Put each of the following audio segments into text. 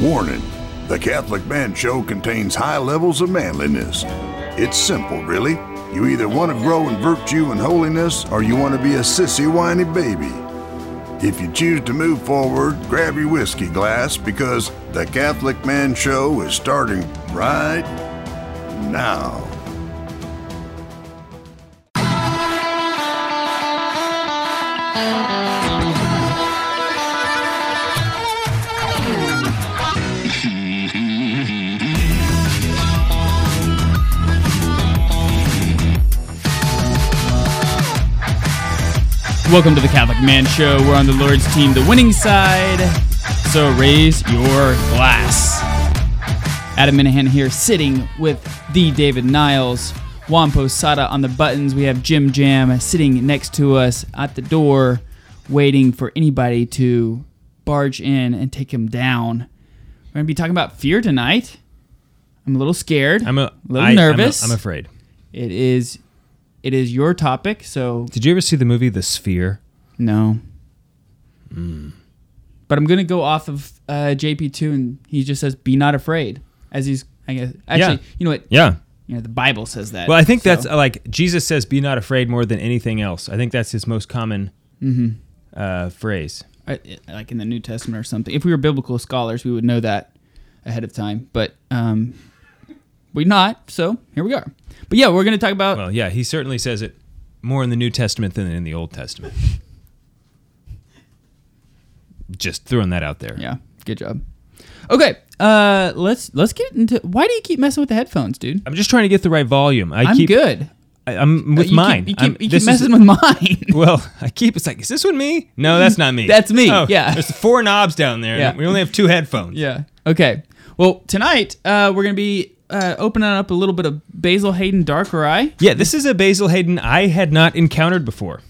Warning The Catholic Man Show contains high levels of manliness. It's simple, really. You either want to grow in virtue and holiness, or you want to be a sissy, whiny baby. If you choose to move forward, grab your whiskey glass because The Catholic Man Show is starting right now. Welcome to the Catholic Man Show. We're on the Lord's team, the winning side. So raise your glass. Adam Minahan here, sitting with the David Niles. Juan Posada on the buttons. We have Jim Jam sitting next to us at the door, waiting for anybody to barge in and take him down. We're going to be talking about fear tonight. I'm a little scared. I'm a little I- I'm a- nervous. I'm, afraid. It is, it is your topic, so Did you ever see the movie The Sphere? No. Hmm. But I'm gonna go off of uh, JP two, and he just says, "Be not afraid," as he's. I guess actually, Yeah. you know what? Yeah. You know the Bible says that. Well, I think so- that's uh, like Jesus says, "Be not afraid," more than anything else. I think that's his most common Mm-hmm. uh, phrase. I- like in the New Testament or something. If we were biblical scholars, we would know that ahead of time. But um, we're not, so here we are. But yeah, we're gonna talk about Well, yeah, he certainly says it more in the New Testament than in the Old Testament. Just throwing that out there. yeah. Good job. Okay, uh, let's let's get into. Why do you keep messing with the headphones, dude? I'm just trying to get the right volume. I I'm keep, good. Uh, I, am You with keep- mine. you keep, I'm- you keep this is- messing with mine. Well, I keep. It's like, is this one me? No, that's not me. Oh, That's me, yeah. There's four knobs down there. Yeah. We only have two headphones. Yeah. Okay. Well, tonight uh, we're gonna be uh, opening up a little bit of Basil Hayden Darker Eye. Yeah, this is a Basil Hayden I had not encountered before.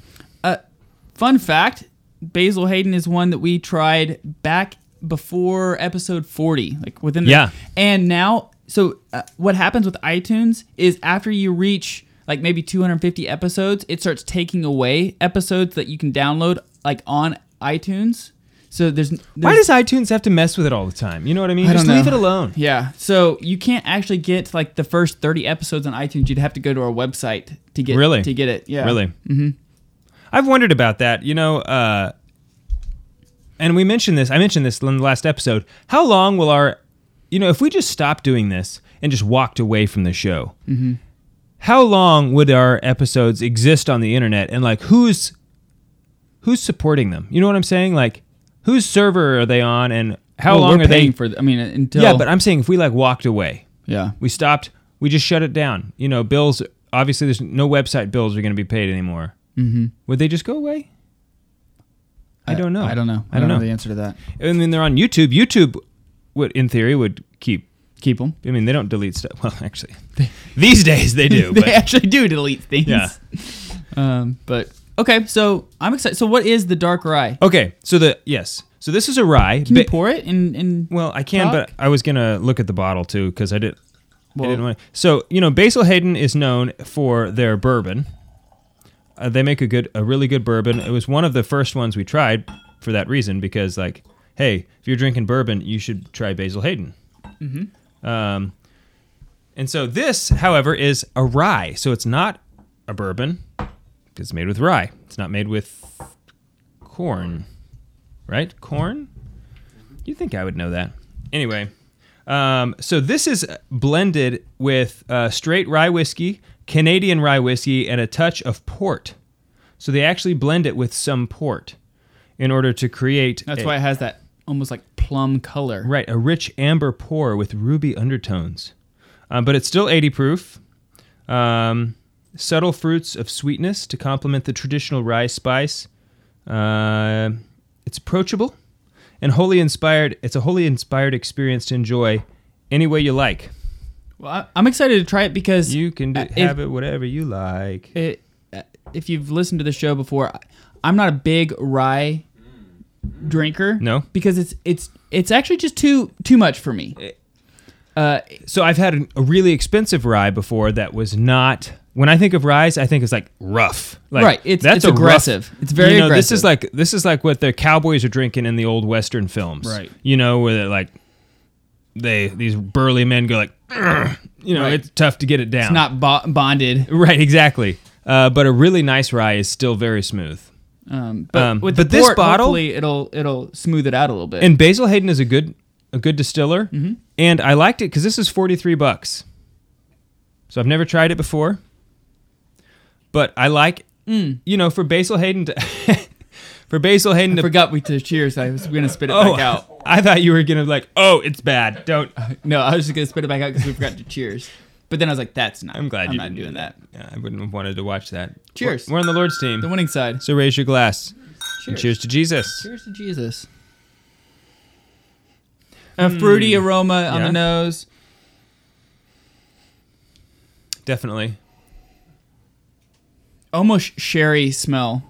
Fun fact: Basil Hayden is one that we tried back before episode forty, like within. The, Yeah. And now, so uh, what happens with iTunes is after you reach like maybe 250 episodes, it starts taking away episodes that you can download like on iTunes. So there's, there's Why does iTunes have to mess with it all the time? You know what I mean? I Just don't leave it know. alone. Yeah. So you can't actually get like the first 30 episodes on iTunes. You'd have to go to our website to get Really? to get it. Yeah. Really? Mm-hmm. I've wondered about that. You know, uh, and we mentioned this. I mentioned this in the last episode. How long will our, you know, if we just stopped doing this and just walked away from the show, Mm-hmm. how long would our episodes exist on the internet? And like, who's who's supporting them? You know what I'm saying? Like, whose server are they on? And how Well, long we're are paying they? for? th- I mean, until yeah, but I'm saying if we like walked away, yeah. we stopped. We just shut it down. You know, bills. Obviously, there's no website bills are going to be paid anymore. Mm-hmm. Would they just go away? I don't know. I don't know. I don't know. the answer to that. And then they're on YouTube. YouTube would, in theory, would keep. Keep them. I mean, they don't delete stuff. Well, actually, these days they do. They but actually do delete things. yeah. Um. But okay. So I'm excited. So what is the dark rye? Okay. So the yes. So this is a rye. Can you ba- pour it and and Well, I can, Rock? but I was gonna look at the bottle too because I did. not I Well- didn't want. So you know, Basil Hayden is known for their bourbon. Uh, they make a good, a really good bourbon. It was one of the first ones we tried for that reason because, like, hey, if you're drinking bourbon, you should try Basil Hayden. Um, and so this, however, is a rye. So it's not a bourbon because it's made with rye. It's not made with corn, right? Corn. You think I would know that? Anyway, um, so this is blended with uh, straight rye whiskey, Canadian rye whiskey, and a touch of port. So they actually blend it with some port in order to create that's a- why it has that almost like plum color. Right, a rich amber pour with ruby undertones. Um, but it's still 80 proof. Um, subtle fruits of sweetness to complement the traditional rye spice. Uh, it's approachable and wholly inspired. It's a wholly inspired experience to enjoy any way you like. Well, I, I'm excited to try it because You can do, uh, if- have it whatever you like. it, uh, if you've listened to the show before, I- I'm not a big rye drinker. No? because it's it's it's actually just too too much for me. Eh. Uh, So I've had an, a really expensive rye before that was not. When I think of rye, I think it's like rough. Like, Right, it's- it's a rough- aggressive. It's very you know, This is aggressive. like this is like what the cowboys are drinking in the old western films. Right. You know, where they're like they these burly men go like, "Ugh," you know, Right. it's tough to get it down. It's not bo- bonded. right, exactly. Uh, but a really nice rye is still very smooth. Um, but Um, with the but this port, bottle- hopefully it'll it'll smooth it out a little bit. And Basil Hayden is a good a good distiller, Mm-hmm. and I liked it because this is forty three bucks. So I've never tried it before, but I like Mm. you know for Basil Hayden to for Basil Hayden I to forgot we to cheers. I was gonna spit it oh back out. I thought you were gonna be like oh it's bad don't No, I was just gonna spit it back out because we forgot to cheers. But then I was like, that's not. I'm glad I'm you not didn't do doing that. Yeah, I wouldn't have wanted to watch that. Cheers. We're, we're on the Lord's team, The winning side. so raise your glass. And Cheers. Cheers to Jesus. Cheers to Jesus. A fruity aroma on Hmm. Yeah. the nose. Definitely. Almost sherry smell.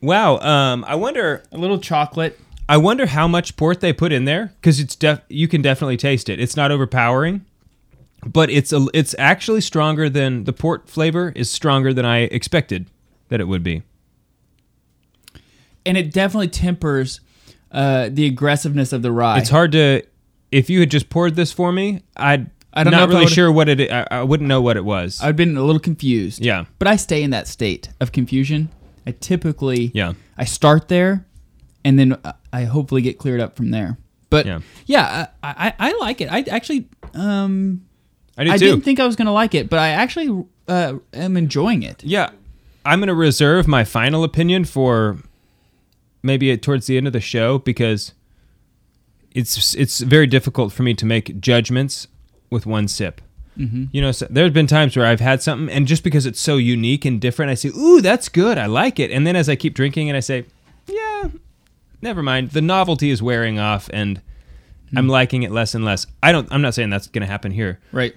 Wow. Um, I wonder. A little chocolate. I wonder how much port they put in there because it's def- you can definitely taste it. It's not overpowering, but it's a, it's actually stronger than the port flavor is stronger than I expected that it would be. And it definitely tempers uh, the aggressiveness of the rye. It's hard to if you had just poured this for me, I'd I don't know if not I really would've- sure what it. I, I wouldn't know what it was. I've been a little confused. Yeah. But I stay in that state of confusion. I typically Yeah. I start there and then I- I hopefully get cleared up from there. But Yeah. yeah, I, I, I like it. I actually um I did I too. didn't think I was gonna like it, but I actually uh, am enjoying it. Yeah, I'm gonna reserve my final opinion for maybe it towards the end of the show because it's it's very difficult for me to make judgments with one sip. Mm-hmm. You know, so there's been times where I've had something, and just because it's so unique and different, I say, "Ooh, that's good. I like it." And then as I keep drinking, and I say, "Yeah, never mind. The novelty is wearing off, and I'm liking it less and less." I don't. I'm not saying that's gonna happen here, Right.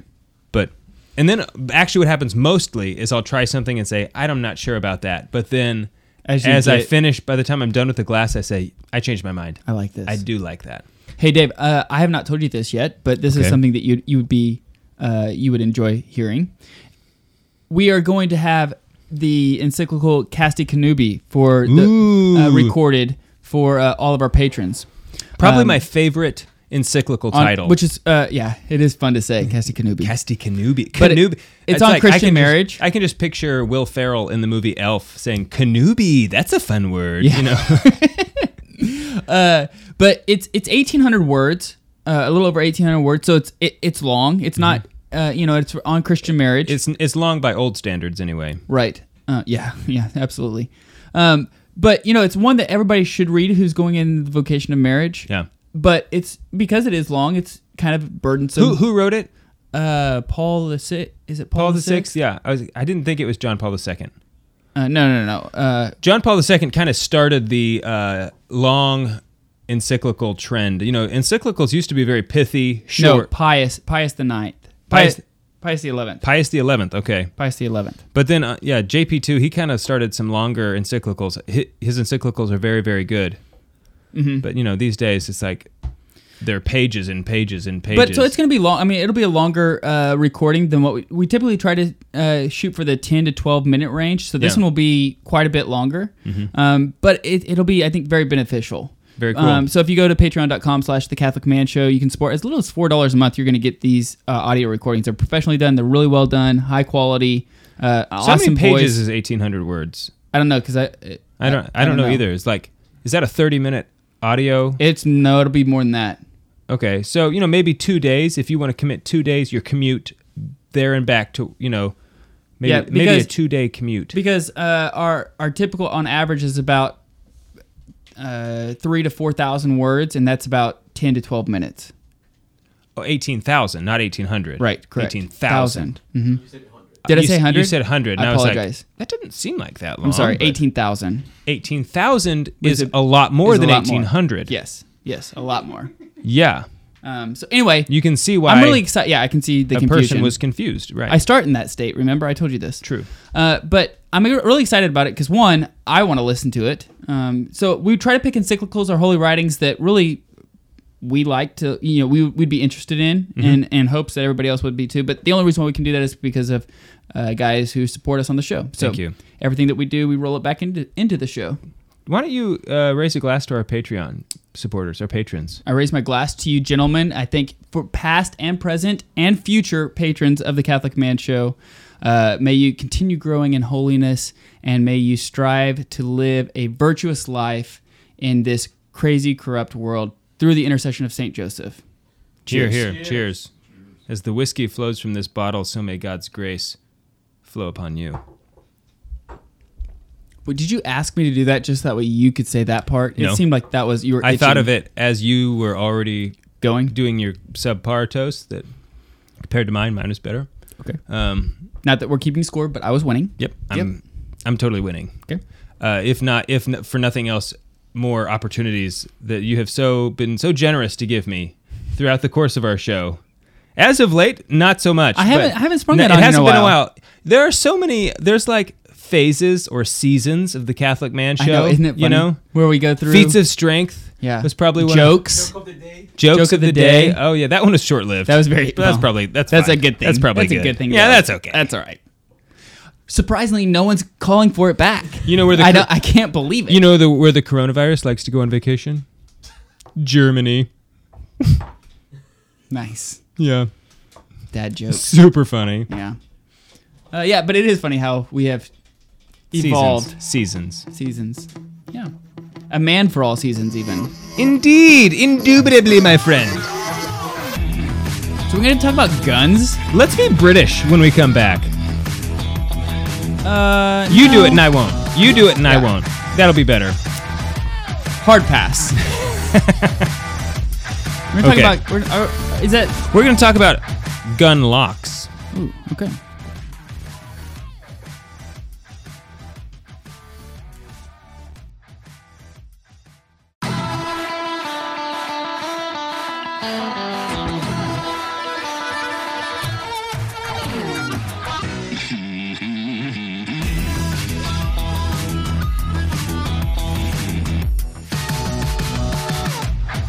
but and then actually what happens mostly is I'll try something and say I'm not sure about that, but then As as, you I get- finish, by the time I'm done with the glass, I say I changed my mind. I like this. I do like that. Hey Dave, uh, I have not told you this yet, but this is Okay. something that you you would be uh, you would enjoy hearing. We are going to have the encyclical Casti Canubi for the uh, Ooh. recorded for uh, all of our patrons. Probably Um, my favorite encyclical on- title, which is uh, yeah, it is fun to say Casti Canubi. Casti Canubi. But it- Canubi. it's on I Christian can just- marriage. I can just picture Will Ferrell in the movie Elf saying Canubi. That's a fun word. You know, but it's it's 1800 words, uh, a little over 1800 words, so it's it, it's long. It's not Mm-hmm. uh, you know it's on Christian marriage. it's it's long by old standards anyway. Right. Uh, yeah. Yeah. Absolutely. Um, but you know, it's one that everybody should read who's going in the vocation of marriage. Yeah. But it's because it is long. It's kind of burdensome. Who who wrote it? Uh, Paul the sixth. Is it Um, Paul, Paul the sixth? Sixth. Yeah, I was. I didn't think it was John Paul the Second. Uh, no, no, no. no. Uh, John Paul II kind of started the uh, long encyclical trend. You know, encyclicals used to be very pithy, no. short. Pius. Pius the ninth. Pius- Pius the eleventh. Pius the Eleventh, okay, Pius the eleventh. but then uh, yeah, JP two he kind of started some longer encyclicals. Hi- His encyclicals are very very good, Mm-hmm. but you know these days it's like they're pages and pages and pages. But so it's going to be long. I mean, it'll be a longer uh, recording than what we, we typically try to uh, shoot for the 10 to 12 minute range. So this Yeah. Mm-hmm. one will be quite a bit longer. Um, but it, it'll be, I think, very beneficial. Very cool. Um, so if you go to patreon.com slash the Catholic Man Show, you can support as little as $4 a month. You're going to get these uh, audio recordings. They're professionally done. They're really well done, high quality. Uh, so awesome how many pages voice. is eighteen hundred words? I don't know because I, I don't I, don't, know, either. It's like is that a thirty minute audio? It's no, it'll be more than that. Okay, so you know maybe two days. If you want to commit two days, your commute there and back to you know maybe Yeah, maybe a because- two day commute. because uh, our our typical on average is about uh, three to four thousand words, and that's about ten to twelve minutes. Oh, eighteen thousand, not eighteen hundred. Right, correct. Eighteen thousand. Mm-hmm. Did I say hundred? You said hundred. and I I was like, apologize. that doesn't seem like that long. I'm sorry, but eighteen thousand. 18,000 Was is it- a lot more is a than lot more. eighteen hundred. Yes, yes, a lot more. Yeah. Um, so anyway, You can see why I'm really excited. Yeah, I can see the a confusion. person was confused. Right. I start in that state. Remember, I told you this. True. Uh, but I'm really excited about it because one, I want to listen to it. Um, so we try to pick encyclicals or holy writings that really we like to, you know, we would be interested in, Mm-hmm. and and hopes that everybody else would be too. But the only reason why we can do that is because of uh, guys who support us on the show. So Thank you. everything that we do, we roll it back into into the show. why don't you uh, raise a glass to our Patreon supporters, our patrons. I raise my glass to you, gentlemen. I thank for past and present and future patrons of the Catholic Man Show. Uh, may you continue growing in holiness and may you strive to live a virtuous life in this crazy, corrupt world through the intercession of St. Joseph. Cheer here. Cheers. As the whiskey flows from this bottle, so may God's grace flow upon you. Wait, did you ask me to do that just that way you could say that part? No. It seemed like that was you were. I thought itching of it as you were already going. doing your subpar toast that compared to mine, mine was better. Okay. Um, Uh, Not that we're keeping score, but I was winning. yep. I'm, I'm totally winning. Okay. uh, if not if n- for nothing else more opportunities that you have so been so generous to give me throughout the course of our show as of late not so much I haven't- but I haven't sprung n- that it on you in hasn't a while. been a while there are so many there's like phases or seasons of the catholic man show I know, isn't it? Funny? you know where we go through feats of strength yeah was probably one of- jokes. jokes of, the day. oh yeah that one was short-lived That was very. But that's well, probably that's that's fine. a good thing. that's probably that's good. a good thing. yeah to that's have. okay That's all right. Surprisingly, no one's calling for it back. You know where the I, cur- don't, I can't believe it. you know the where the coronavirus likes to go on vacation germany nice yeah dad jokes. super funny Yeah, uh, yeah, but it is funny how we have evolved Seasons. Seasons. seasons. Yeah, a man for all seasons, even. Indeed, indubitably, my friend. So we're gonna talk about guns. Let's be British when we come back. Uh, You do no. it and I won't. You do it and I won't. That'll be better. Hard pass. we're talking Okay. about. We're, are, is that We're going to talk about gun locks. Ooh, okay.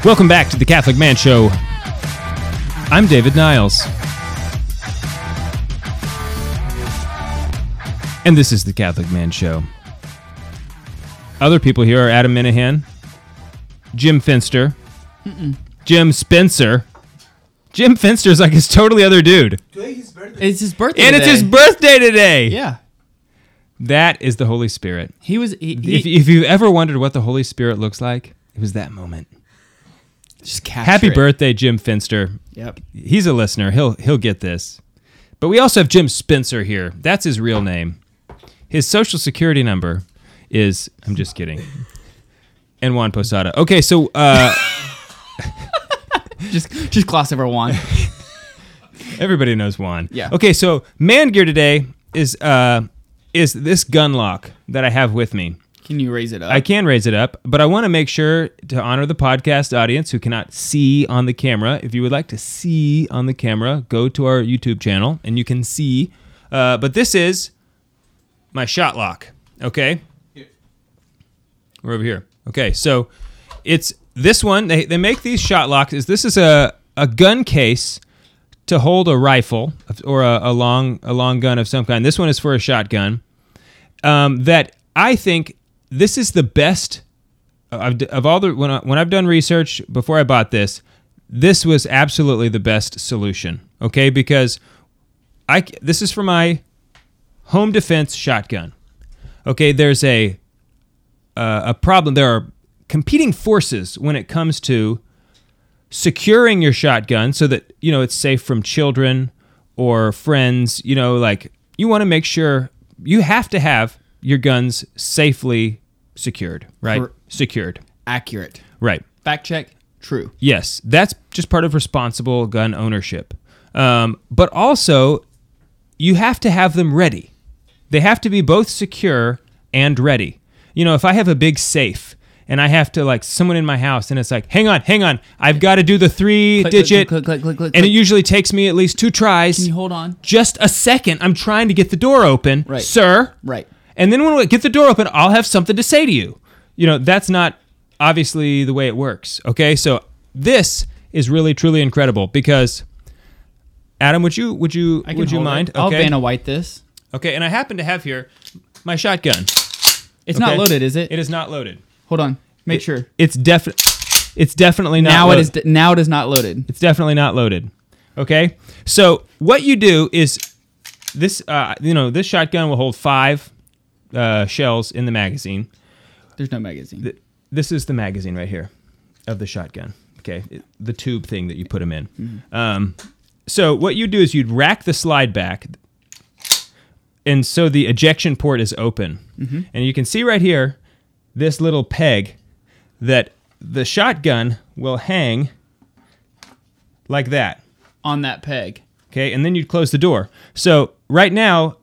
Welcome back to the Catholic Man Show. I'm David Niles. And this is the Catholic Man Show. Other people here are Adam Minahan, Jim Finster, Jim Spencer. Jim Finster's like his totally other dude. It's his birthday. And it's today. his birthday today. Yeah, That is the Holy Spirit. he was. He, he, If, if you've ever wondered what the Holy Spirit looks like, it was that moment. just capture Happy it. birthday, Jim Finster. Yep. He's a listener. He'll he'll get this. But we also have Jim Spencer here. That's his real name. His social security number is I'm just kidding. And Juan Posada. Okay, so uh, Just just gloss over one. everybody knows Juan. Yeah. Okay, so man gear today is uh, is this gun lock that I have with me. Can you raise it up? I can raise it up, but I want to make sure to honor the podcast audience who cannot see on the camera. If you would like to see on the camera, go to our YouTube channel and you can see. Uh, but this is my shot lock. Okay. We're over here. Okay. So it's this one. They, they make these shot locks. Is This is a, a gun case to hold a rifle or a, a long a long gun of some kind. This one is for a shotgun um, that I think this is the best of, of all the when, I, when I've done research before I bought this. This was absolutely the best solution. Okay, because I c- this is for my home defense shotgun. Okay, there's a uh, a problem. There are competing forces when it comes to securing your shotgun so that you know it's safe from children or friends you know like you want to make sure you have to have your guns safely secured right Cor- secured Accurate. right Fact check. True. Yes, that's just part of responsible gun ownership. Um, but also, you have to have them ready. They have to be both secure and ready. You know, if I have a big safe and I have to like someone in my house and it's like, hang on, hang on, I've got to do the three Click, click, digit, click, click, click, click, and it click. usually takes me at least two tries. Can you hold on? Just a second. I'm trying to get the door open, Right. sir. Right. And then when we get the door open, I'll have something to say to you. You know, that's not obviously the way it works. Okay, so this is really truly incredible because Adam, would you would you I can would you hold it. mind? I'll Okay, Vanna White this. okay, and I happen to have here my shotgun. It's not okay? loaded, is it? It is not loaded. Hold on. Make It- sure. It's definitely. It's definitely not. Now it loaded. is now it is not loaded. It's definitely not loaded. Okay. So what you do is this. Uh, you know, this shotgun will hold five uh, shells in the magazine. There's no magazine. Th- This is the magazine right here of the shotgun. Okay, It- the tube thing that you put them in. Um, so what you do is you'd rack the slide back, and so the ejection port is open, and you can see right here this little peg that the shotgun will hang like that. on that peg. okay and then you'd close the door so right now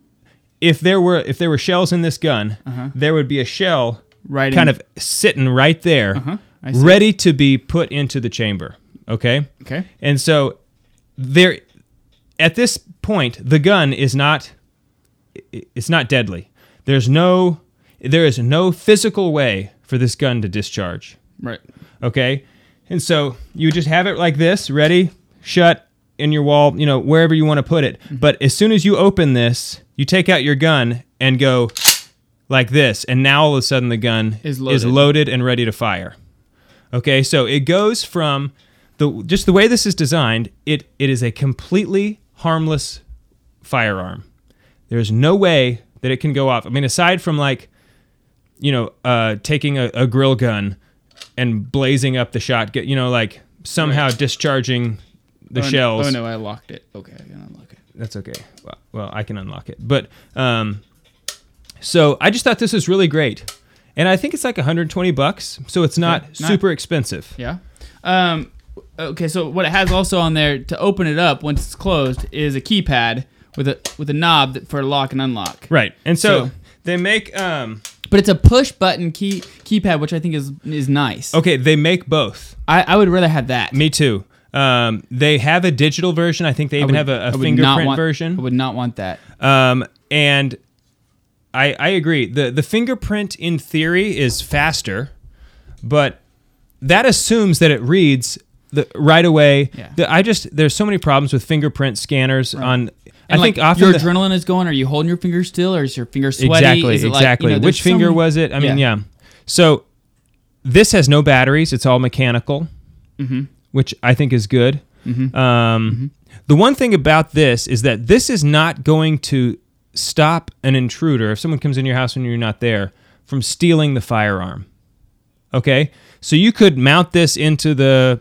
if there were if there were shells in this gun there would be a shell Right kind in- of sitting right there Uh-huh. I see. ready to be put into the chamber okay Okay. and so there at this point the gun is not i- it's not deadly there's no there is no physical way for this gun to discharge Right. okay and so you just have it like this ready shut in your wall you know wherever you want to put it Mm-hmm. but as soon as you open this you take out your gun and go like this and now all of a sudden the gun Is loaded. loaded and ready to fire okay so it goes from the just the way this is designed it it is a completely harmless firearm there's no way that it can go off i mean aside from like you know, uh, taking a, a grill gun and blazing up the shotgun, you know, like somehow discharging the oh, shells. No, oh no, I locked it. Okay, I can unlock it. That's okay. Well, well, I can unlock it. But um, so I just thought this was really great. And I think it's like 120 bucks, so it's not not- super expensive. Yeah. Um. Okay. So what it has also on there to open it up once it's closed is a keypad with a with a knob that, for lock and unlock. Right. And so, So- they make um But it's a push button key keypad, which I think is is nice. okay, they make both. I, I would rather have that. Me too. Um, they have a digital version. I think they I even would- have a, I a would not fingerprint want- version. I would not want that. Um, and I, I agree. The the fingerprint in theory is faster, but that assumes that it reads the right away. Yeah. The- I just there's so many problems with fingerprint scanners on. I And, like, think often your the- adrenaline is going. Are you holding your finger still, or is your finger sweaty? exactly Is it like, you exactly know, there's which finger some- was it? I mean, yeah. So this has no batteries. It's all mechanical, Mm-hmm. which I think is good. Um, The one thing about this is that this is not going to stop an intruder if someone comes in your house when you're not there from stealing the firearm. Okay, so you could mount this into the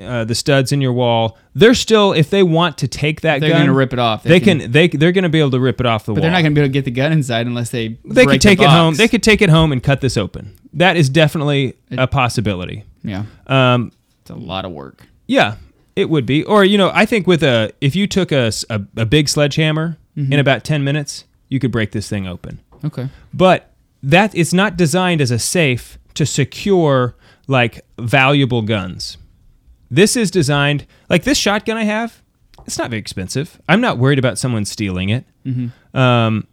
uh, the studs in your wall. They're still if they want to take that They're gun, gonna rip it off. They, can, They they're going to be able to rip it off the wall. But they're not going to be able to get the gun inside unless they. They break could the take it home. box. They could take it home and cut this open. That is definitely a possibility. Yeah, Um, it's a lot of work. yeah, it would be. Or you know, I think with a if you took a s- a- a big sledgehammer in about ten minutes, you could break this thing open. Okay. But that it's not designed as a safe to secure like valuable guns. This is designed like this shotgun I have. It's not very expensive. I'm not worried about someone stealing it. Um,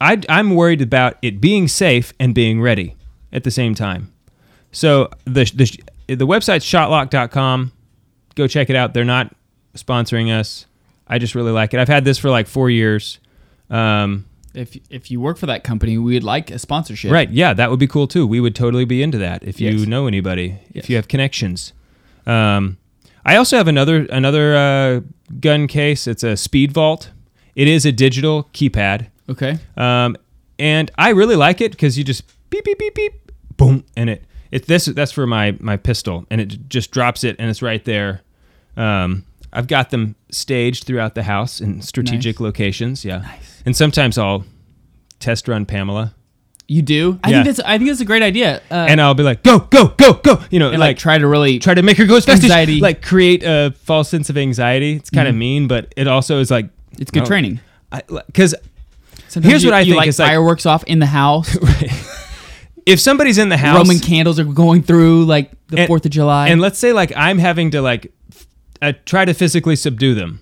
I, I'm worried about it being safe and being ready at the same time. So the the sh- the website's shotlock.com. Go check it out. They're not sponsoring us. I just really like it. I've had this for like four years. Um, If if you work for that company, we'd like a sponsorship. Right. Yeah, that would be cool too. We would totally be into that if you Yes. know anybody, if Yes. you have connections. Um, I also have another another uh, gun case. It's a Speed Vault. It is a digital keypad, Okay. um, and I really like it because you just beep beep beep beep, boom, and it it this that's for my my pistol, and it j- just drops it, and it's right there. Um, I've got them staged throughout the house in strategic Nice. locations. Yeah, and sometimes I'll test run Pamela You do. I Yeah. think that's. I think that's a great idea. Uh, and I'll be like, go, go, go, go. You know, and, like, like, try try to really try to make her go as Mm-hmm. fast as Anxiety. like create a false sense of anxiety. It's kind of mean, but it also is like It's good no. training. I- like, Cause Sometimes Oh. Here's you- what I you think like is, like- fireworks off in the house. if somebody's in the house, Roman candles are going through like the and- Fourth of July. and let's say like I'm having to like f- uh, try to physically subdue them.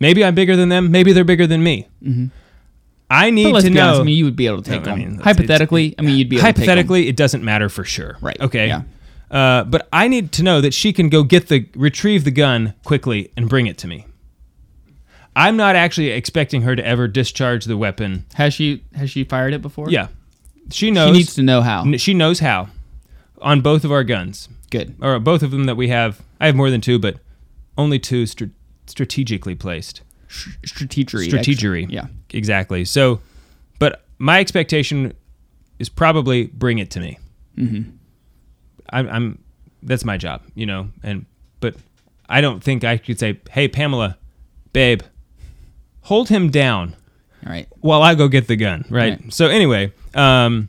Maybe I'm bigger than them. Maybe they're bigger than me. I need but let's to be know. honest. I mean, you would be able to take No, I them. mean, it's- hypothetically, I mean, you'd be able hypothetically, it doesn't matter for sure. Right, Okay. yeah. Uh, but I need to know that she can go get the retrieve the gun quickly and bring it to me. I'm not actually expecting her to ever discharge the weapon. To take 'em. Has she has she fired it before? Yeah, she She knows. needs to know how. n- she knows how. on both of our guns, Good. or both of them that we have. I have more than two, but only two str- strategically placed. Strategery. Strategery. actually. Yeah. Exactly. So, but my expectation is probably bring it to me. Mm-hmm. I'm, I'm, that's my job, you know, and, but I don't think I could say, hey, Pamela, babe, hold him down All right. while I go get the gun, right? Right. So anyway, um,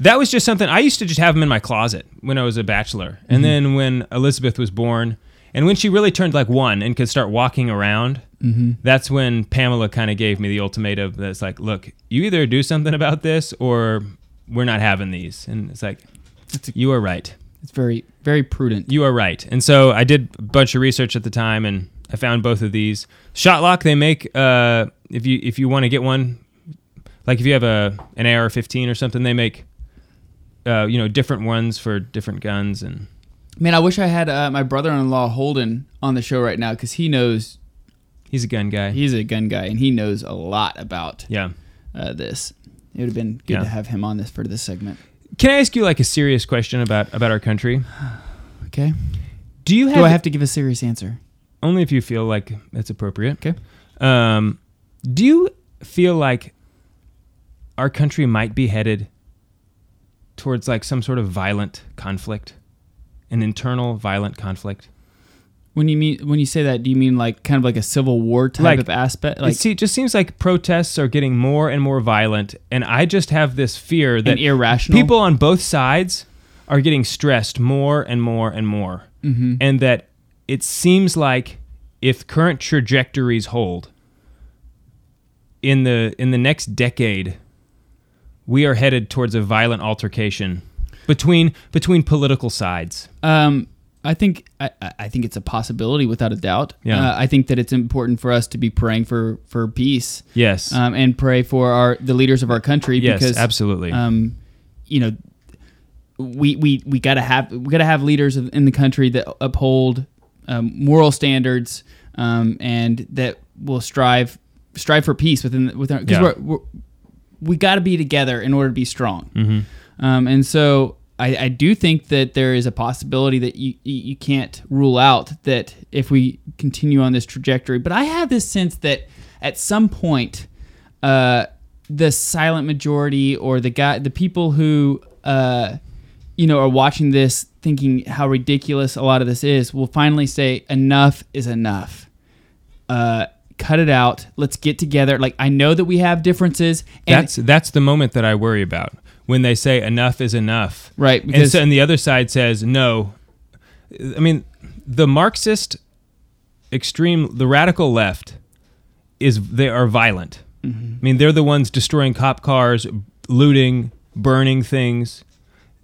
that was just something I used to just have them in my closet when I was a bachelor, and then when Elizabeth was born, and when she really turned like one and could start walking around, that's when Pamela kind of gave me the ultimatum. That's like, look, you either do something about this or we're not having these, and it's like, you are right It's very, very prudent. you are right. And so I did a bunch of research at the time, and I found both of these. Shotlock, they make uh, if you if you want to get one, like if you have a an AR-15 or something, they make uh, you know different ones for different guns. And Man, I wish I had uh, my brother-in-law Holden on the show right now because he knows he's a gun guy. he's a gun guy and he knows a lot about yeah. uh, this. It would have been good Yeah. to have him on this for this segment. Can I ask you like a serious question about about our country? Okay. Do you have, Do I have to give a serious answer? only if you feel like that's appropriate? Okay. Um, do you feel like our country might be headed towards like some sort of violent conflict, an internal violent conflict? When you mean when you say that, do you mean like kind of like a civil war type Like, of aspect, Like, like it see, it just seems like protests are getting more and more violent, and I just have this fear that an irrational people on both sides are getting stressed more and more and more, and that it seems like if current trajectories hold in the in the next decade, we are headed towards a violent altercation between between political sides. Um, I think I, I I think it's a possibility without a doubt. Yeah. Uh, I think that it's important for us to be praying for for peace. Yes, Um, and pray for our the leaders of our country. yes, because, absolutely. Um, you know, we we we gotta have we gotta have leaders of- in the country that uphold um, moral standards um, and that will strive strive for peace within within because Yeah. we're, we're we gotta be together in order to be strong. Mm-hmm. Um, and so I, I do think that there is a possibility that you, you you can't rule out that if we continue on this trajectory. But I have this sense that at some point, uh, the silent majority or the guy, the people who uh, you know are watching this thinking how ridiculous a lot of this is, will finally say enough is enough. Uh, cut it out. Let's get together. Like I know that we have differences. And that's that's the moment that I worry about when they say enough is enough. Right, and, because- so, and the other side says no. I mean, the Marxist extreme, the radical left, is they are violent. Mm-hmm. I mean, they're the ones destroying cop cars, looting, burning things.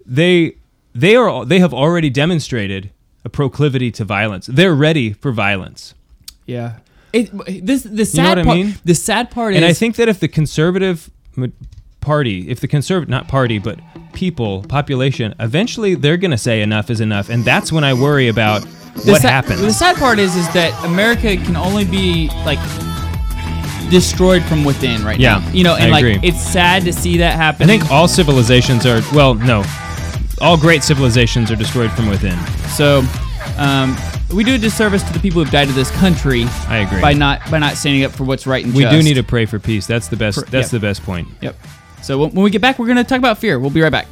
They they are they have already demonstrated a proclivity to violence. They're ready for violence. Yeah. It, this the sad what I part. mean? The sad part and is I think that if the conservative ma- party, if the conservative, not party, but people, population, eventually they're going to say enough is enough. And that's when I worry about the what sa- The happens. sad part is is that America can only be like destroyed from within right Yeah, now. You know, and I like agree. it's sad to see that happen. I think all civilizations are, well, no, all great civilizations are destroyed from within. so. Um, we do a disservice to the people who've died of this country. I agree. By not by not standing up for what's right and We do just. need to pray for peace. That's the best. Pr- That's yeah. the best point. Yep. So when when we get back, we're going to talk about fear. We'll be right back.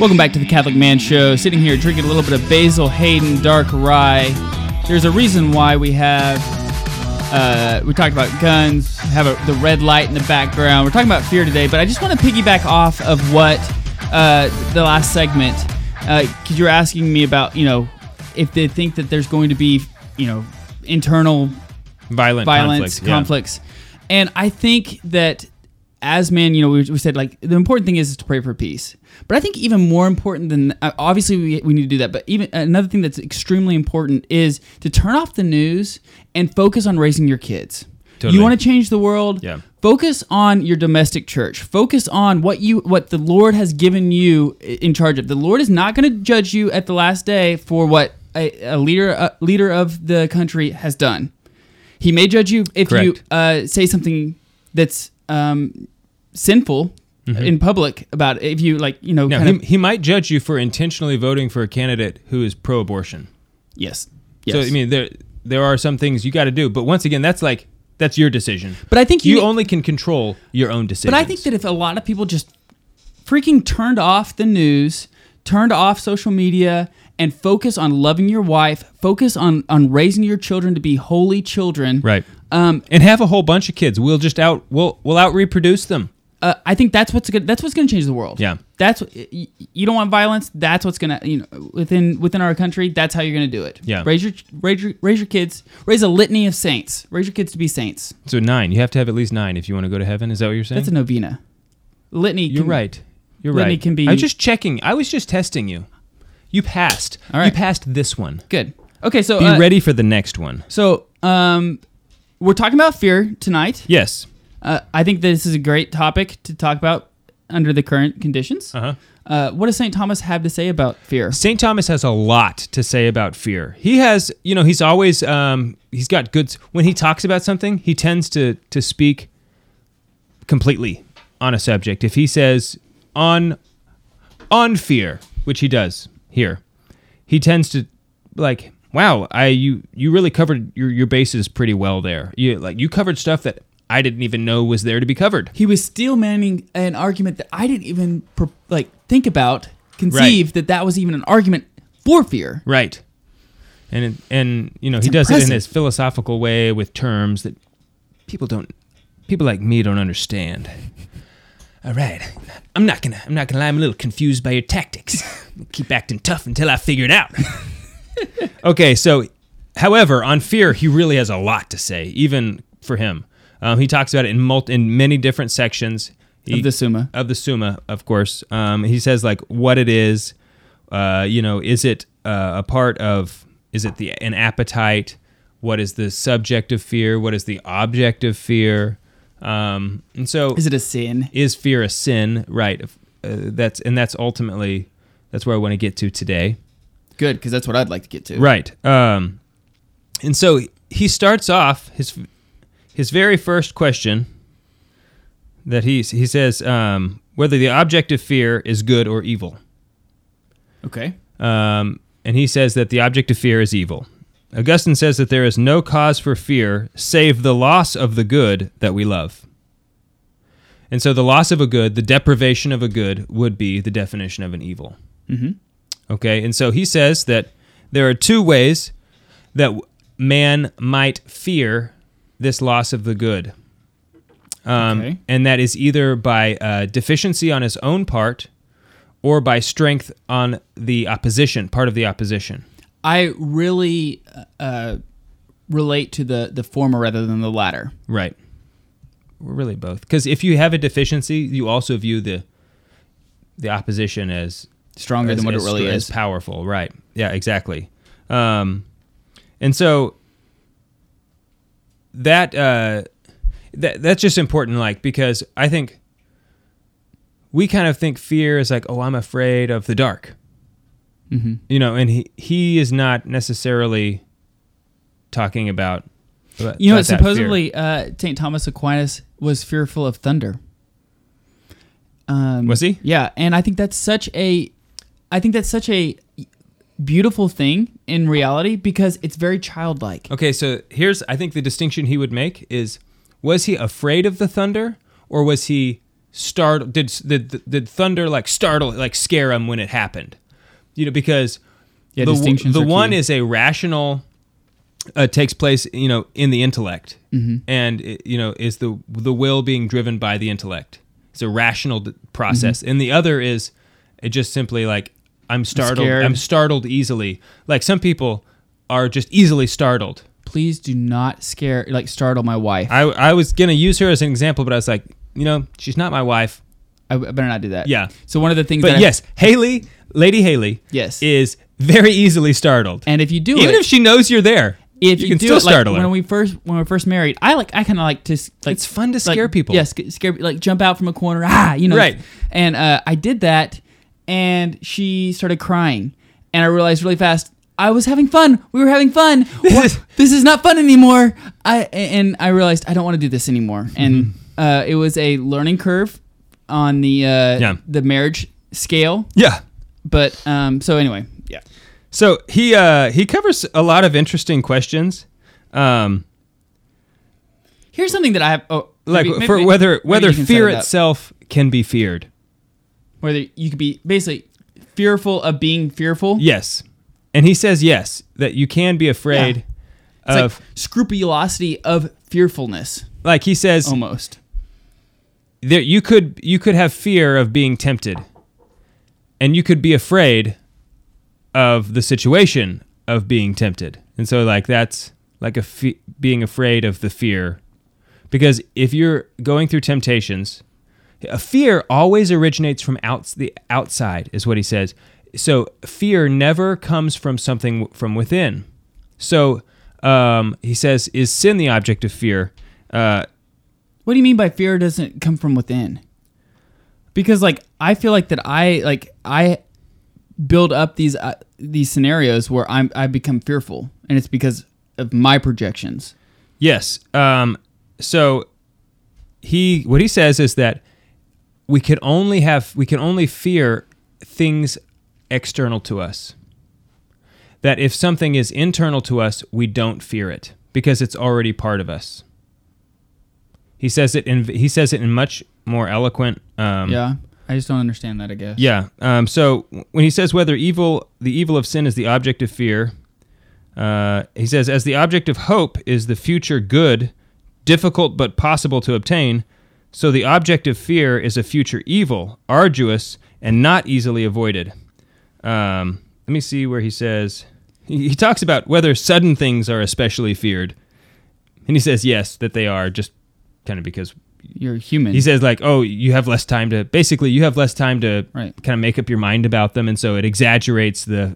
Welcome back to the Catholic Man Show. Sitting here drinking a little bit of Basil Hayden Dark Rye. There's a reason why we have. Uh, we talked about guns, have a, the red light in the background. We're talking about fear today, but I just want to piggyback off of what uh, the last segment, because you were asking me about, you know, if they think that there's going to be, you know, internal Violent violence, conflict, yeah. conflicts. And I think that as men, you know, we, we said like the important thing is, to pray for peace. But I think even more important than uh, obviously we, we need to do that. But even another thing that's extremely important is to turn off the news and focus on raising your kids. Totally. You want to change the world. Yeah. Focus on your domestic church. Focus on what you what the Lord has given you i- in charge of. The Lord is not going to judge you at the last day for what a, a leader a leader of the country has done. He may judge you if you Correct. uh, say something that's um, sinful in public about it. if you like you know Now, kind Mm-hmm. he, of he might judge you for intentionally voting for a candidate who is pro-abortion. yes yes. So I mean, there there are some things you got to do, but once again, that's like that's your decision. But I think you you, need- only can control your own decisions. But I think that if a lot of people just freaking turned off the news, turned off social media, and focus on loving your wife, focus on on raising your children to be holy children, right. Um, and have a whole bunch of kids. We'll just out we'll we'll out reproduce them. uh, I think that's what's gonna, that's what's going to change the world. Yeah. that's you, you don't want violence. That's what's going to you know within within our country. That's how you're going to do it. Yeah. raise your raise your raise your kids. Raise a litany of saints. Raise your kids to be saints. So nine. You have to have at least nine if you want to go to heaven. Is that what you're saying? That's a novena. Litany. Mm. You're can- right. You're Whitney right. can be- I'm just checking. I was just testing you. You passed. All right. You passed this one. Good. Okay, so Be uh, ready for the next one. So, um, we're talking about fear tonight. Yes. Uh, I think this is a great topic to talk about under the current conditions. Uh-huh. Uh, what does St. Thomas have to say about fear? St. Thomas has a lot to say about fear. He has, you know, he's always, um, he's got good, when he talks about something, he tends to, to speak completely on a subject. If he says on, on fear, which he does here, he tends to like, wow, I, you, you really covered your, your bases pretty well there. You like, you covered stuff that I didn't even know was there to be covered. He was steel manning an argument that I didn't even pro- like think about, conceive that that was even an argument for fear. Right. And and you know he It's does it in impressive. his philosophical way with terms that people don't people like me don't understand. All right. I'm not gonna I'm not gonna lie, I'm a little confused by your tactics. Keep acting tough until I figure it out. okay, so however, on fear he really has a lot to say, even for him. Um, he talks about it in multi, in many different sections. He- Of the Summa. of the Summa, of course. Um, he says like what it is. Uh, you know, is it uh, a part of? Is it the an appetite? What is the subject of fear? What is the object of fear? Um, and so Is it a sin? is fear a sin? Right. Uh, that's and that's ultimately that's where I want to get to today. Good, because that's what I'd like to get to. Right. Um, and so he starts off his his very first question that he he says um, whether the object of fear is good or evil. Okay. Um, and he says that the object of fear is evil. Augustine says that there is no cause for fear save the loss of the good that we love. And so the loss of a good, the deprivation of a good, would be the definition of an evil. Mm-hmm. Okay. And so he says that there are two ways that w- man might fear this loss of the good. Um, Okay. And that is either by uh, deficiency on his own part or by strength on the opposition, part of the opposition. I really uh, relate to the the former rather than the latter. Right. Really both. Because if you have a deficiency, you also view the the opposition as Stronger as- than what as it really str- is. as powerful, right? Yeah, exactly. Um, and so that uh, that that's just important, like because I think we kind of think fear is like, oh, I'm afraid of the dark, mm-hmm. you know, and he he is not necessarily talking about. about You know, that fear. supposedly uh, Saint Thomas Aquinas was fearful of thunder. Um, Was he? Yeah, and I think that's such a, I think that's such a beautiful thing in reality because it's very childlike. Okay, so here's I think the distinction he would make is was he afraid of the thunder or was he startled did did, did thunder like startle like scare him when it happened? You know, because Yeah, the, w- distinctions the are one key. is a rational uh, takes place, you know, in the intellect, Mm-hmm. and it, you know is the the will being driven by the intellect. It's a rational d- process, Mm-hmm. and the other is it just simply like I'm startled. scared. I'm startled easily. Like some people are just easily startled. Please do not scare, like startle my wife. I, I I was gonna use her as an example, but I was like, you know, she's not my wife. better not do that. Yeah. So one of the things, But that I- yes, Haley, Lady Haley, Yes. is very easily startled. and if you do Even it, if she knows you're there, if you, you, can do still it, like, startle her. When we first when we we're first married, I like I kind of like to s- like It's fun to like, scare people. Yes, yeah, sc- scare like jump out from a corner, ah, you know. Right. And uh, I did that, and she started crying, and I realized really fast I was having fun. We were having fun. This, is- this is not fun anymore. I and I realized I don't want to do this anymore. Mm-hmm. And uh, it was a learning curve on the uh, Yeah. the marriage scale. Yeah. But um, so anyway, yeah. So he uh, he covers a lot of interesting questions, um, Here's something that I have. Oh, like maybe- for maybe- whether maybe whether you can set fear it up. itself can be feared. whether you could be basically fearful of being fearful. Yes, and he says yes that you can be afraid It's of. like scrupulosity of fearfulness, Like, he oh says, almost. there you could you could have fear of being tempted, and you could be afraid of the situation of being tempted, and so like that's like a fe- being afraid of the fear, because if you're going through temptations, a fear always originates from outs the outside is what he says so fear never comes from something w- from within so um, he says is sin the object of fear uh, What do you mean by fear doesn't come from within? Because like I feel like that I like I build up these uh, these scenarios where I'm I become fearful, and it's because of my projections. yes um, so he what he says is that we can only have we can only fear things external to us that if something is internal to us we don't fear it because it's already part of us he says it in he says it in much more eloquent um, Yeah, I just don't understand that. I guess. yeah. Um, so when he says whether evil, the evil of sin is the object of fear, uh, he says, as the object of hope is the future good, difficult but possible to obtain, so the object of fear is a future evil, arduous and not easily avoided. Um, let me see where he says, he, he talks about whether sudden things are especially feared. And he says, yes, that they are, just kind of because you're human. he says like oh you have less time to basically you have less time to Right. kind of make up your mind about them and so it exaggerates the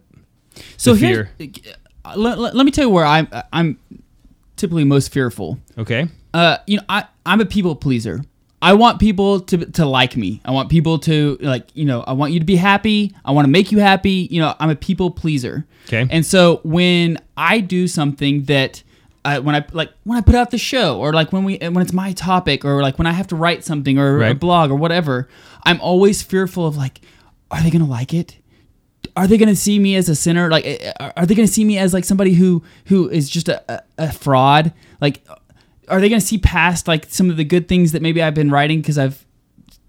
so the here, let, let, let me tell you where I'm I'm typically most fearful. okay uh, you know, I I'm a people pleaser. I want people to to like me. I want people to like, you know, I want you to be happy. I want to make you happy. You know, I'm a people pleaser. Okay. And so when I do something that I, when I like when I put out the show or like when we uh, when it's my topic or like when I have to write something or a Right. blog or whatever, I'm always fearful of like, are they gonna like it? are they going to see me as a sinner? Like, eh, are are they going to see me as like somebody who who is just a, a, a fraud? Like, are they going to see past like some of the good things that maybe I've been writing because I've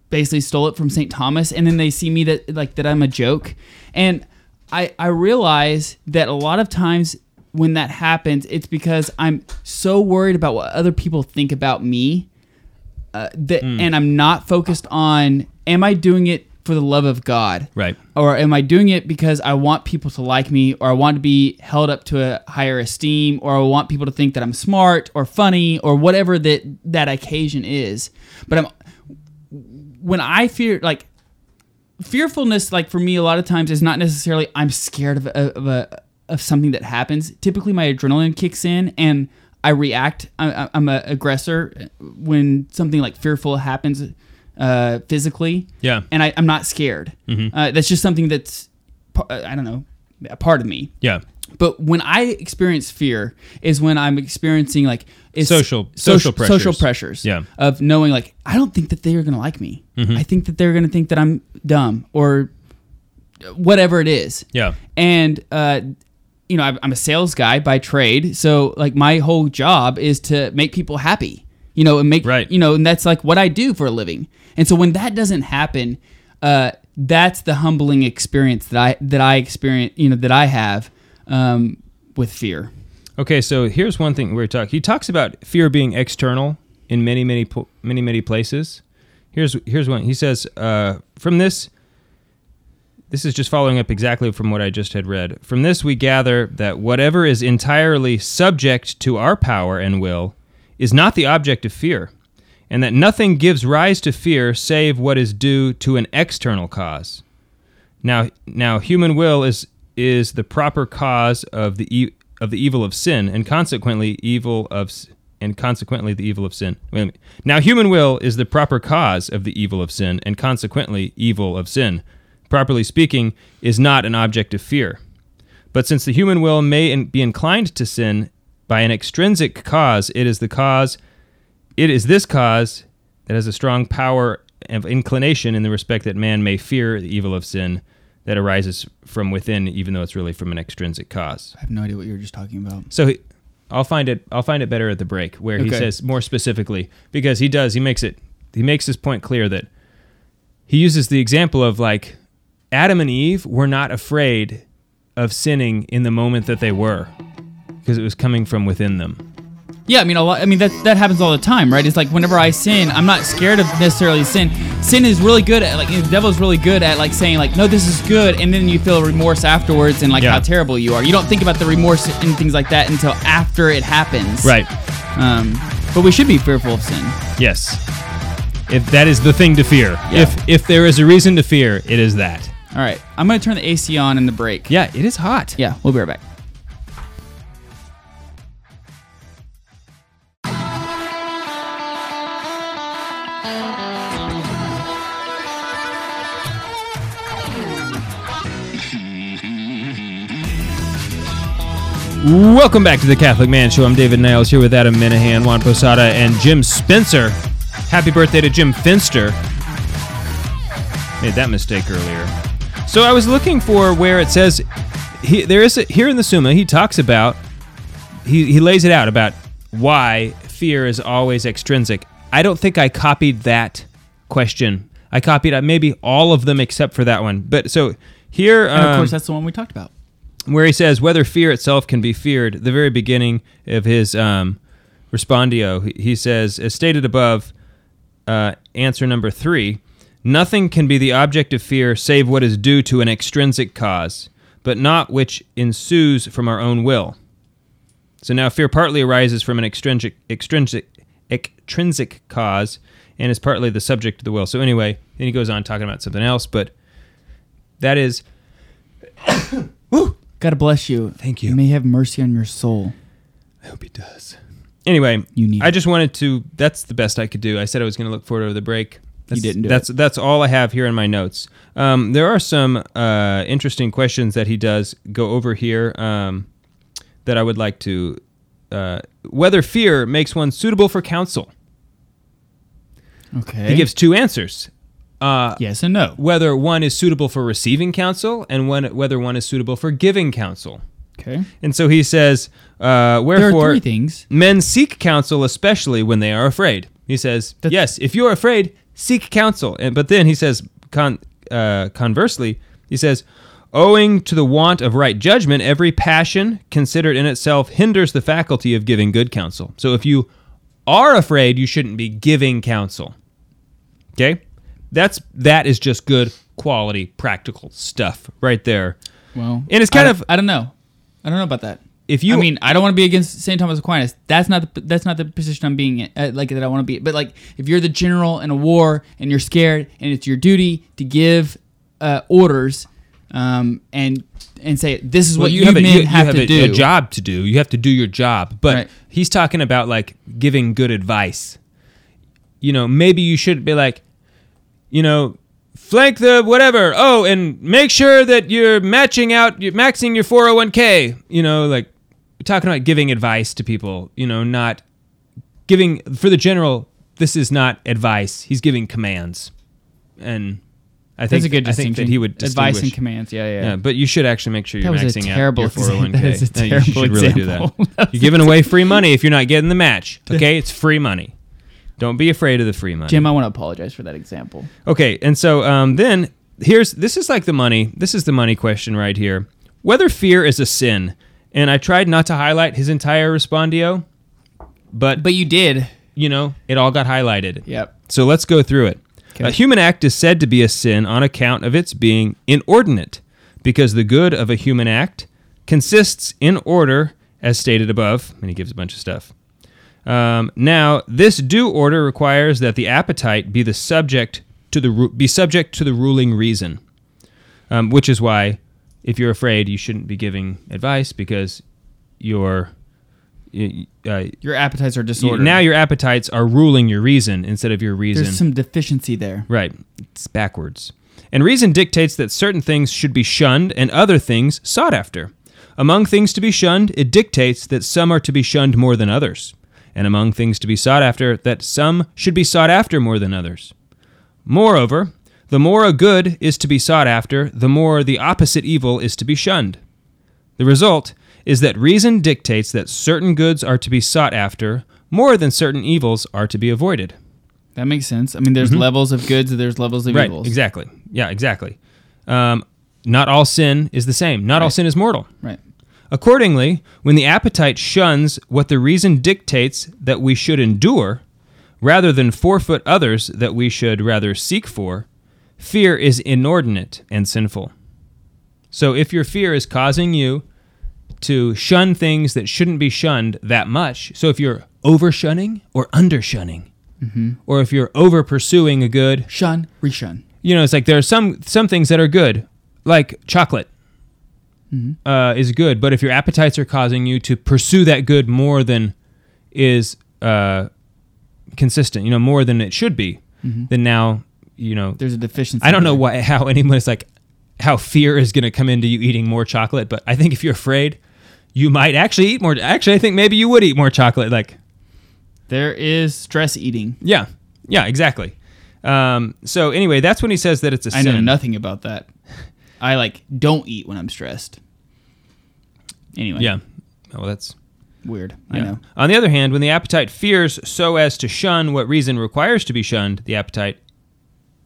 basically stole it from St. Thomas, and then they see me that like that I'm a joke, and I I realize that a lot of times when that happens, it's because I'm so worried about what other people think about me uh, that and I'm not focused on am I doing it for the love of God? Right. Or am I doing it because I want people to like me or I want to be held up to a higher esteem or I want people to think that I'm smart or funny or whatever that that occasion is. But I'm when I fear like fearfulness like for me a lot of times is not necessarily I'm scared of a, of a of something that happens. Typically, my adrenaline kicks in and I react. I, I'm an aggressor when something like fearful happens uh, physically. Yeah. and I, I'm not scared. Uh, that's just something that's pa- I don't know a part of me. yeah But when I experience fear is when I'm experiencing like it's Social- social pressures. social pressures Yeah. Mm-hmm. of knowing like I don't think that they are going to like me. I think that they're going to think that I'm dumb or whatever it is. Yeah. And uh, you know, I'm, I'm a sales guy by trade, so like my whole job is to make people happy. You know, and make Right. you know, and that's like what I do for a living. And so when that doesn't happen, uh, that's the humbling experience that I that I experience. You know, that I have um, with fear. okay so here's one thing we're talking he talks about fear being external in many many pl- many many places here's here's one he says uh, from this this is just following up exactly from what I just had read. From this, we gather that whatever is entirely subject to our power and will is not the object of fear, and that nothing gives rise to fear save what is due to an external cause. Now, now, human will is is the proper cause of the e- of the evil of sin, and consequently evil of s- and consequently the evil of sin. Wait a minute. Now, human will is the proper cause of the evil of sin, and consequently evil of sin. Properly speaking, is not an object of fear, But since the human will may in- be inclined to sin by an extrinsic cause, it is the cause, it is this cause that has a strong power of inclination in the respect that man may fear the evil of sin that arises from within, even though it's really from an extrinsic cause. I have no idea what you were just talking about. So he, I'll find it. I'll find it better at the break where he Okay. says more specifically because he does. He makes it. He makes his point clear that he uses the example of like Adam and Eve were not afraid of sinning in the moment that they were because it was coming from within them. Yeah, I mean, a lot, I mean that that happens all the time, right? It's like whenever I sin, I'm not scared of necessarily sin. Sin is really good at like the devil's really good at like saying like, no, this is good, and then you feel remorse afterwards and like Yeah. how terrible you are. You don't think about the remorse and things like that until after it happens, Right. Um, but we should be fearful of sin. Yes. If that is the thing to fear. Yeah. If if there is a reason to fear, it is that. All right, I'm gonna turn the AC on in the break. Yeah, it is hot. yeah, we'll be right back. Welcome back to the Catholic Man Show. I'm David Niles here with Adam Minahan, Juan Posada, and Jim Spencer. Happy birthday to Jim Finster. Made that mistake earlier. So I was looking for where it says he, there is a, here in the Summa he talks about he, he lays it out about why fear is always extrinsic. I don't think I copied that question. I copied uh, maybe all of them except for that one. But so here, And of um, course, that's the one we talked about. where he says whether fear itself can be feared. The very beginning of his um, respondio, he- he says, as stated above, uh, answer number three: nothing can be the object of fear save what is due to an extrinsic cause, but not which ensues from our own will. So now fear partly arises from an extrinsic, extrinsic, extrinsic cause, and is partly the subject of the will. So anyway, then he goes on talking about something else, but that is God bless you. Thank you. May He have mercy on your soul. I hope he does. Anyway, You need I it. just wanted to. That's the best I could do. I said I was going to look forward over the break. That's, didn't do That's that's all I have here in my notes. Um, there are some uh, interesting questions that he does go over here um, that I would like to. Uh, whether fear makes one suitable for counsel. Okay. He gives two answers. Uh, yes and no. Whether one is suitable for receiving counsel and one, whether one is suitable for giving counsel. Okay. And so he says, uh, There wherefore are three things. Men seek counsel, especially when they are afraid. He says, That's- "Yes, if you are afraid, seek counsel." And but then he says, con- uh, conversely, he says, "Owing to the want of right judgment, every passion considered in itself hinders the faculty of giving good counsel." So if you are afraid, you shouldn't be giving counsel. Okay, that's that is just good quality, practical stuff right there. Well, And it's kind I- of- I don't know. I don't know about that. If you I mean, I don't want to be against St. Thomas Aquinas. That's not the that's not the position I'm being in, uh, like that I want to be. But like if you're the general in a war and you're scared and it's your duty to give uh, orders um, and and say this is Well, what you, have men you have, to a, do. a job to do. You have to do your job. But Right. he's talking about like giving good advice. You know, maybe you should be like, you know, flank the whatever. Oh, and make sure that you're matching out, you're maxing your 401k. You know, like talking about giving advice to people. You know, not giving for the general. This is not advice. He's giving commands, and I think That's a good I think distinction. that he would advice and distinguish- commands. Yeah, yeah. yeah, but you should actually make sure you're That was a maxing terrible out your example. 401k. That is a No, you terrible should really do that. example. That was you're giving away free money if you're not getting the match. Okay, it's free money. Don't be afraid of the free money. Jim, I want to apologize for that example. Okay, and so um, then here's this is like the money. This is the money question right here. Whether fear is a sin, and I tried not to highlight his entire respondio, but But you did. you know it all got highlighted. Yep. So let's go through it. Okay. A human act is said to be a sin on account of its being inordinate, because the good of a human act consists in order, as stated above. And he gives a bunch of stuff. Um, now, this due order requires that the appetite be the subject to the ru- be subject to the ruling reason, um, which is why, if you're afraid, you shouldn't be giving advice because your y- uh, Your appetites are disordered. now your appetites are ruling your reason instead of your reason. there's some deficiency there. Right. It's backwards. And reason dictates that certain things should be shunned and other things sought after. Among things to be shunned, it dictates that some are to be shunned more than others, and among things to be sought after, that some should be sought after more than others. Moreover, the more a good is to be sought after, the more the opposite evil is to be shunned. The result is that reason dictates that certain goods are to be sought after more than certain evils are to be avoided. That makes sense. I mean, there's levels of goods, there's levels of Mm-hmm. Right, evils. exactly. Yeah, exactly. Um, not all sin is the same. Not all sin is mortal. Right. Accordingly, when the appetite shuns what the reason dictates that we should endure, rather than forfeit others that we should rather seek for, fear is inordinate and sinful. So if your fear is causing you to shun things that shouldn't be shunned that much, so if you're over shunning or under shunning, Mm-hmm. or if you're over pursuing a good, Shun, reshun. you know, it's like there are some some things that are good, like chocolate, Mm-hmm. uh, is good. But if your appetites are causing you to pursue that good more than is uh, consistent, you know, more than it should be, Mm-hmm. then now you know. There's a deficiency. I don't know there. why how anyone's like how fear is going to come into you eating more chocolate, but I think if you're afraid, you might actually eat more. Actually, I think maybe you would eat more chocolate. Like There is stress eating. yeah, yeah, exactly. Um, so anyway, that's when he says that it's a I sin. know nothing about that. I like don't eat when I'm stressed. Anyway, Yeah. Oh, well, that's. weird. I yeah. know. On the other hand, when the appetite fears so as to shun what reason requires to be shunned, the appetite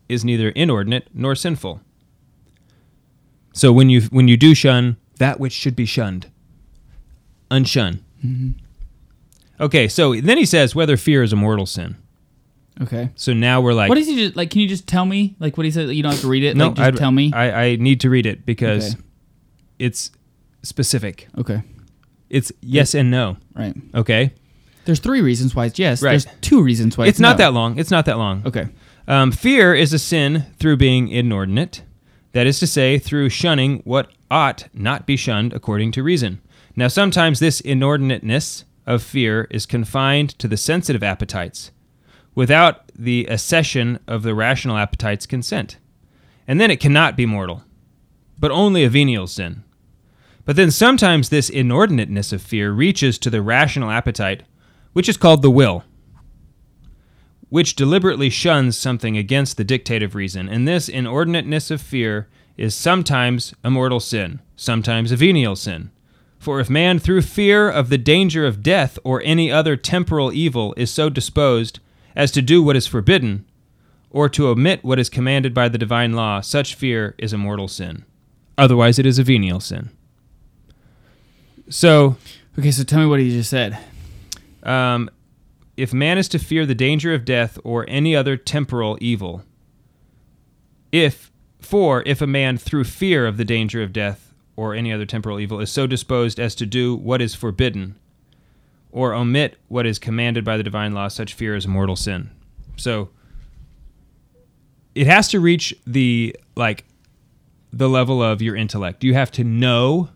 is neither inordinate nor sinful. So when you when you do shun that which should be shunned, unshun. Mm-hmm. Okay, so then he says whether fear is a mortal sin. Okay. So now we're like, What is he just like? Can you just tell me like what he said? You don't have to read it. no, like, just I'd- tell me. I, I need to read it because Okay. it's specific. okay. It's yes and no. Right. Okay, There's three reasons why it's yes. Right. There's two reasons why it's not no. that long. It's not that long. Okay. Um, fear is a sin through being inordinate, that is to say, through shunning what ought not be shunned according to reason. Now, sometimes this inordinateness of fear is confined to the sensitive appetites, without the accession of the rational appetite's consent. And then it cannot be mortal, but only a venial sin. But then sometimes this inordinateness of fear reaches to the rational appetite, which is called the will which deliberately shuns something against the dictate of reason, and this inordinateness of fear is sometimes a mortal sin, sometimes a venial sin. For if man, through fear of the danger of death or any other temporal evil, is so disposed as to do what is forbidden, or to omit what is commanded by the divine law, such fear is a mortal sin. Otherwise, it is a venial sin. So, Okay. So tell me what he just said. um, if man is to fear the danger of death or any other temporal evil, if for if a man through fear of the danger of death or any other temporal evil is so disposed as to do what is forbidden, or omit what is commanded by the divine law, such fear is a mortal sin. So it has to reach the like the level of your intellect. You have to know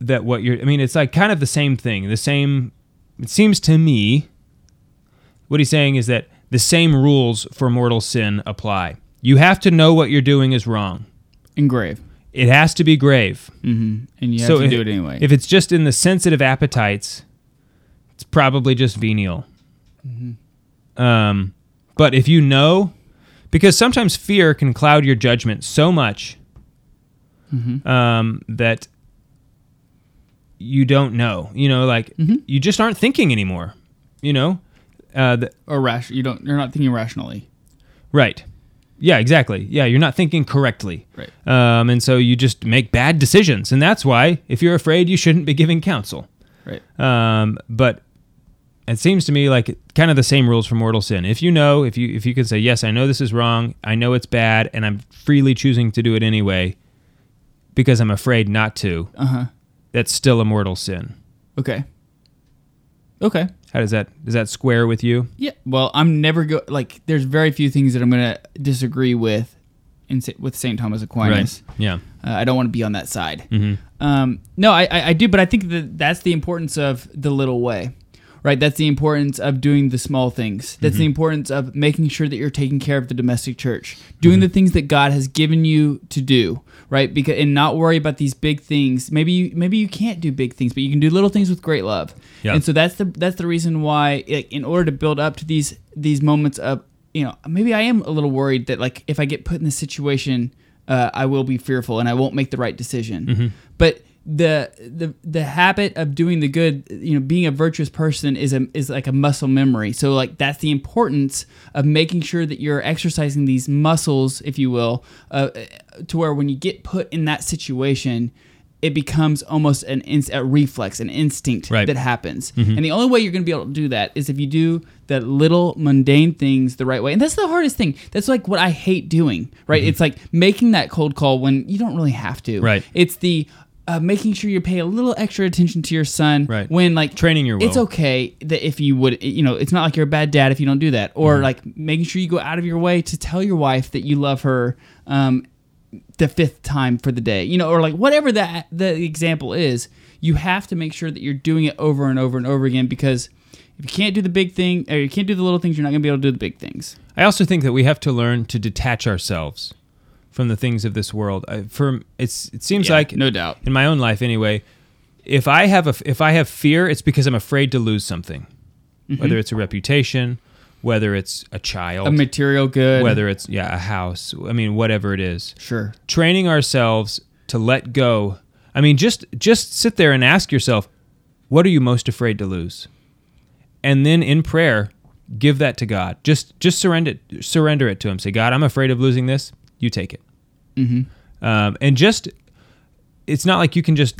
that what you're I mean, it's like kind of the same thing. The same it seems to me what he's saying is that the same rules for mortal sin apply. You have to know what you're doing is wrong. Engrave. Mm-hmm. It has to be grave. And you have to if, do it anyway. If it's just in the sensitive appetites, it's probably just venial. Mm-hmm. Um, but if you know, because sometimes fear can cloud your judgment so much Mm-hmm. um, that you don't know. You know, like Mm-hmm. you just aren't thinking anymore. You know, uh, the, or rational. You don't. You're not thinking rationally. right? Yeah, exactly. Yeah, you're not thinking correctly. Right. Um, and so you just make bad decisions, and that's why if you're afraid, you shouldn't be giving counsel. Right. Um, but it seems to me like kind of the same rules for mortal sin. If you know, if you if you can say, yes, I know this is wrong, I know it's bad, and I'm freely choosing to do it anyway because I'm afraid not to. Uh huh. That's still a mortal sin. Okay. Okay. How does that does that square with you? Yeah. Well, I'm never go like. There's very few things that I'm gonna disagree with, in Sa- with Saint Thomas Aquinas. Yeah. Uh, I don't want to be on that side. Um, no, I, I, I do, but I think that that's the importance of the little way, right? That's the importance of doing the small things. That's the importance of making sure that you're taking care of the domestic church, doing the things that God has given you to do, right? Because and not worry about these big things. Maybe you maybe you can't do big things, but you can do little things with great love. Yeah. And so that's the that's the reason why, like, in order to build up to these these moments of you know maybe I am a little worried that like if I get put in this situation, uh, I will be fearful and I won't make the right decision. But the the the habit of doing the good you know being a virtuous person is a is like a muscle memory so like that's the importance of making sure that you're exercising these muscles if you will uh, to where when you get put in that situation it becomes almost an inst- a reflex an instinct Right. that happens Mm-hmm. and the only way you're going to be able to do that is if you do the little mundane things the right way and that's the hardest thing that's like what i hate doing right it's like making that cold call when you don't really have to Mm-hmm. Right. it's the uh, making sure you pay a little extra attention to your son Right. when like Training your will. it's okay that if you would you know it's not like you're a bad dad if you don't do that Mm-hmm. or like making sure you go out of your way to tell your wife that you love her um, the fifth time for the day you know or like whatever that the example is you have to make sure that you're doing it over and over and over again because if you can't do the big thing or you can't do the little things you're not going to be able to do the big things I also think that we have to learn to detach ourselves from the things of this world. I, for it's it seems Yeah, like no doubt. in my own life anyway. If I have a f- if I have fear, it's because I'm afraid to lose something, whether it's a reputation, whether it's a child, a material good whether it's yeah a house. I mean whatever it is. sure Training ourselves to let go. I mean just just sit there and ask yourself, what are you most afraid to lose? and then in prayer give that to god just just surrender it surrender it to him say god i'm afraid of losing this you take it mm-hmm. um, and just it's not like you can just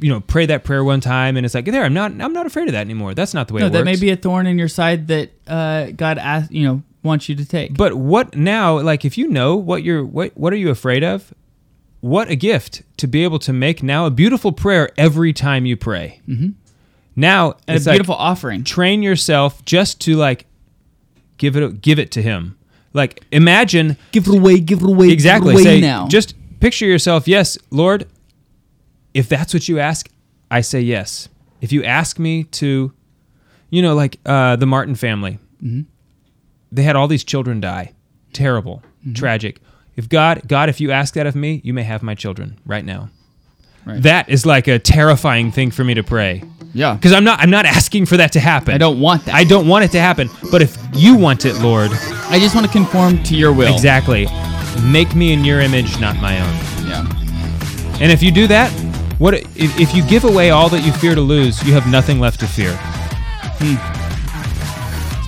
you know pray that prayer one time and it's like there i'm not i'm not afraid of that anymore that's not the way no it works that may be a thorn in your side that uh, god asked you know wants you to take but what now like if you know what you're what what are you afraid of what a gift to be able to make now a beautiful prayer every time you pray mm-hmm. now and it's a like- beautiful offering train yourself just to like give it give it to him like imagine give it away, give it away, exactly give it away say now. just picture yourself yes lord if that's what you ask i say yes if you ask me to you know like uh, the martin family Mm-hmm. they had all these children die terrible Mm-hmm. tragic if god god if you ask that of me you may have my children right now Right. that is like a terrifying thing for me to pray yeah, because i'm not i'm not asking for that to happen I don't want that. I don't want it to happen, but if you want it, Lord, I just want to conform to your will. exactly, make me in your image, not my own. Yeah. And if you do that, what if, if you give away all that you fear to lose, you have nothing left to fear.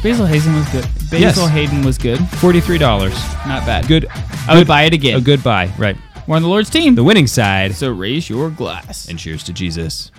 Basil Hayden was good. Basil Yes. Hayden was good. Forty-three dollars, Not bad. good. I would buy it again. A good buy, right? We're on the Lord's team. The winning side. so raise your glass. And cheers to Jesus.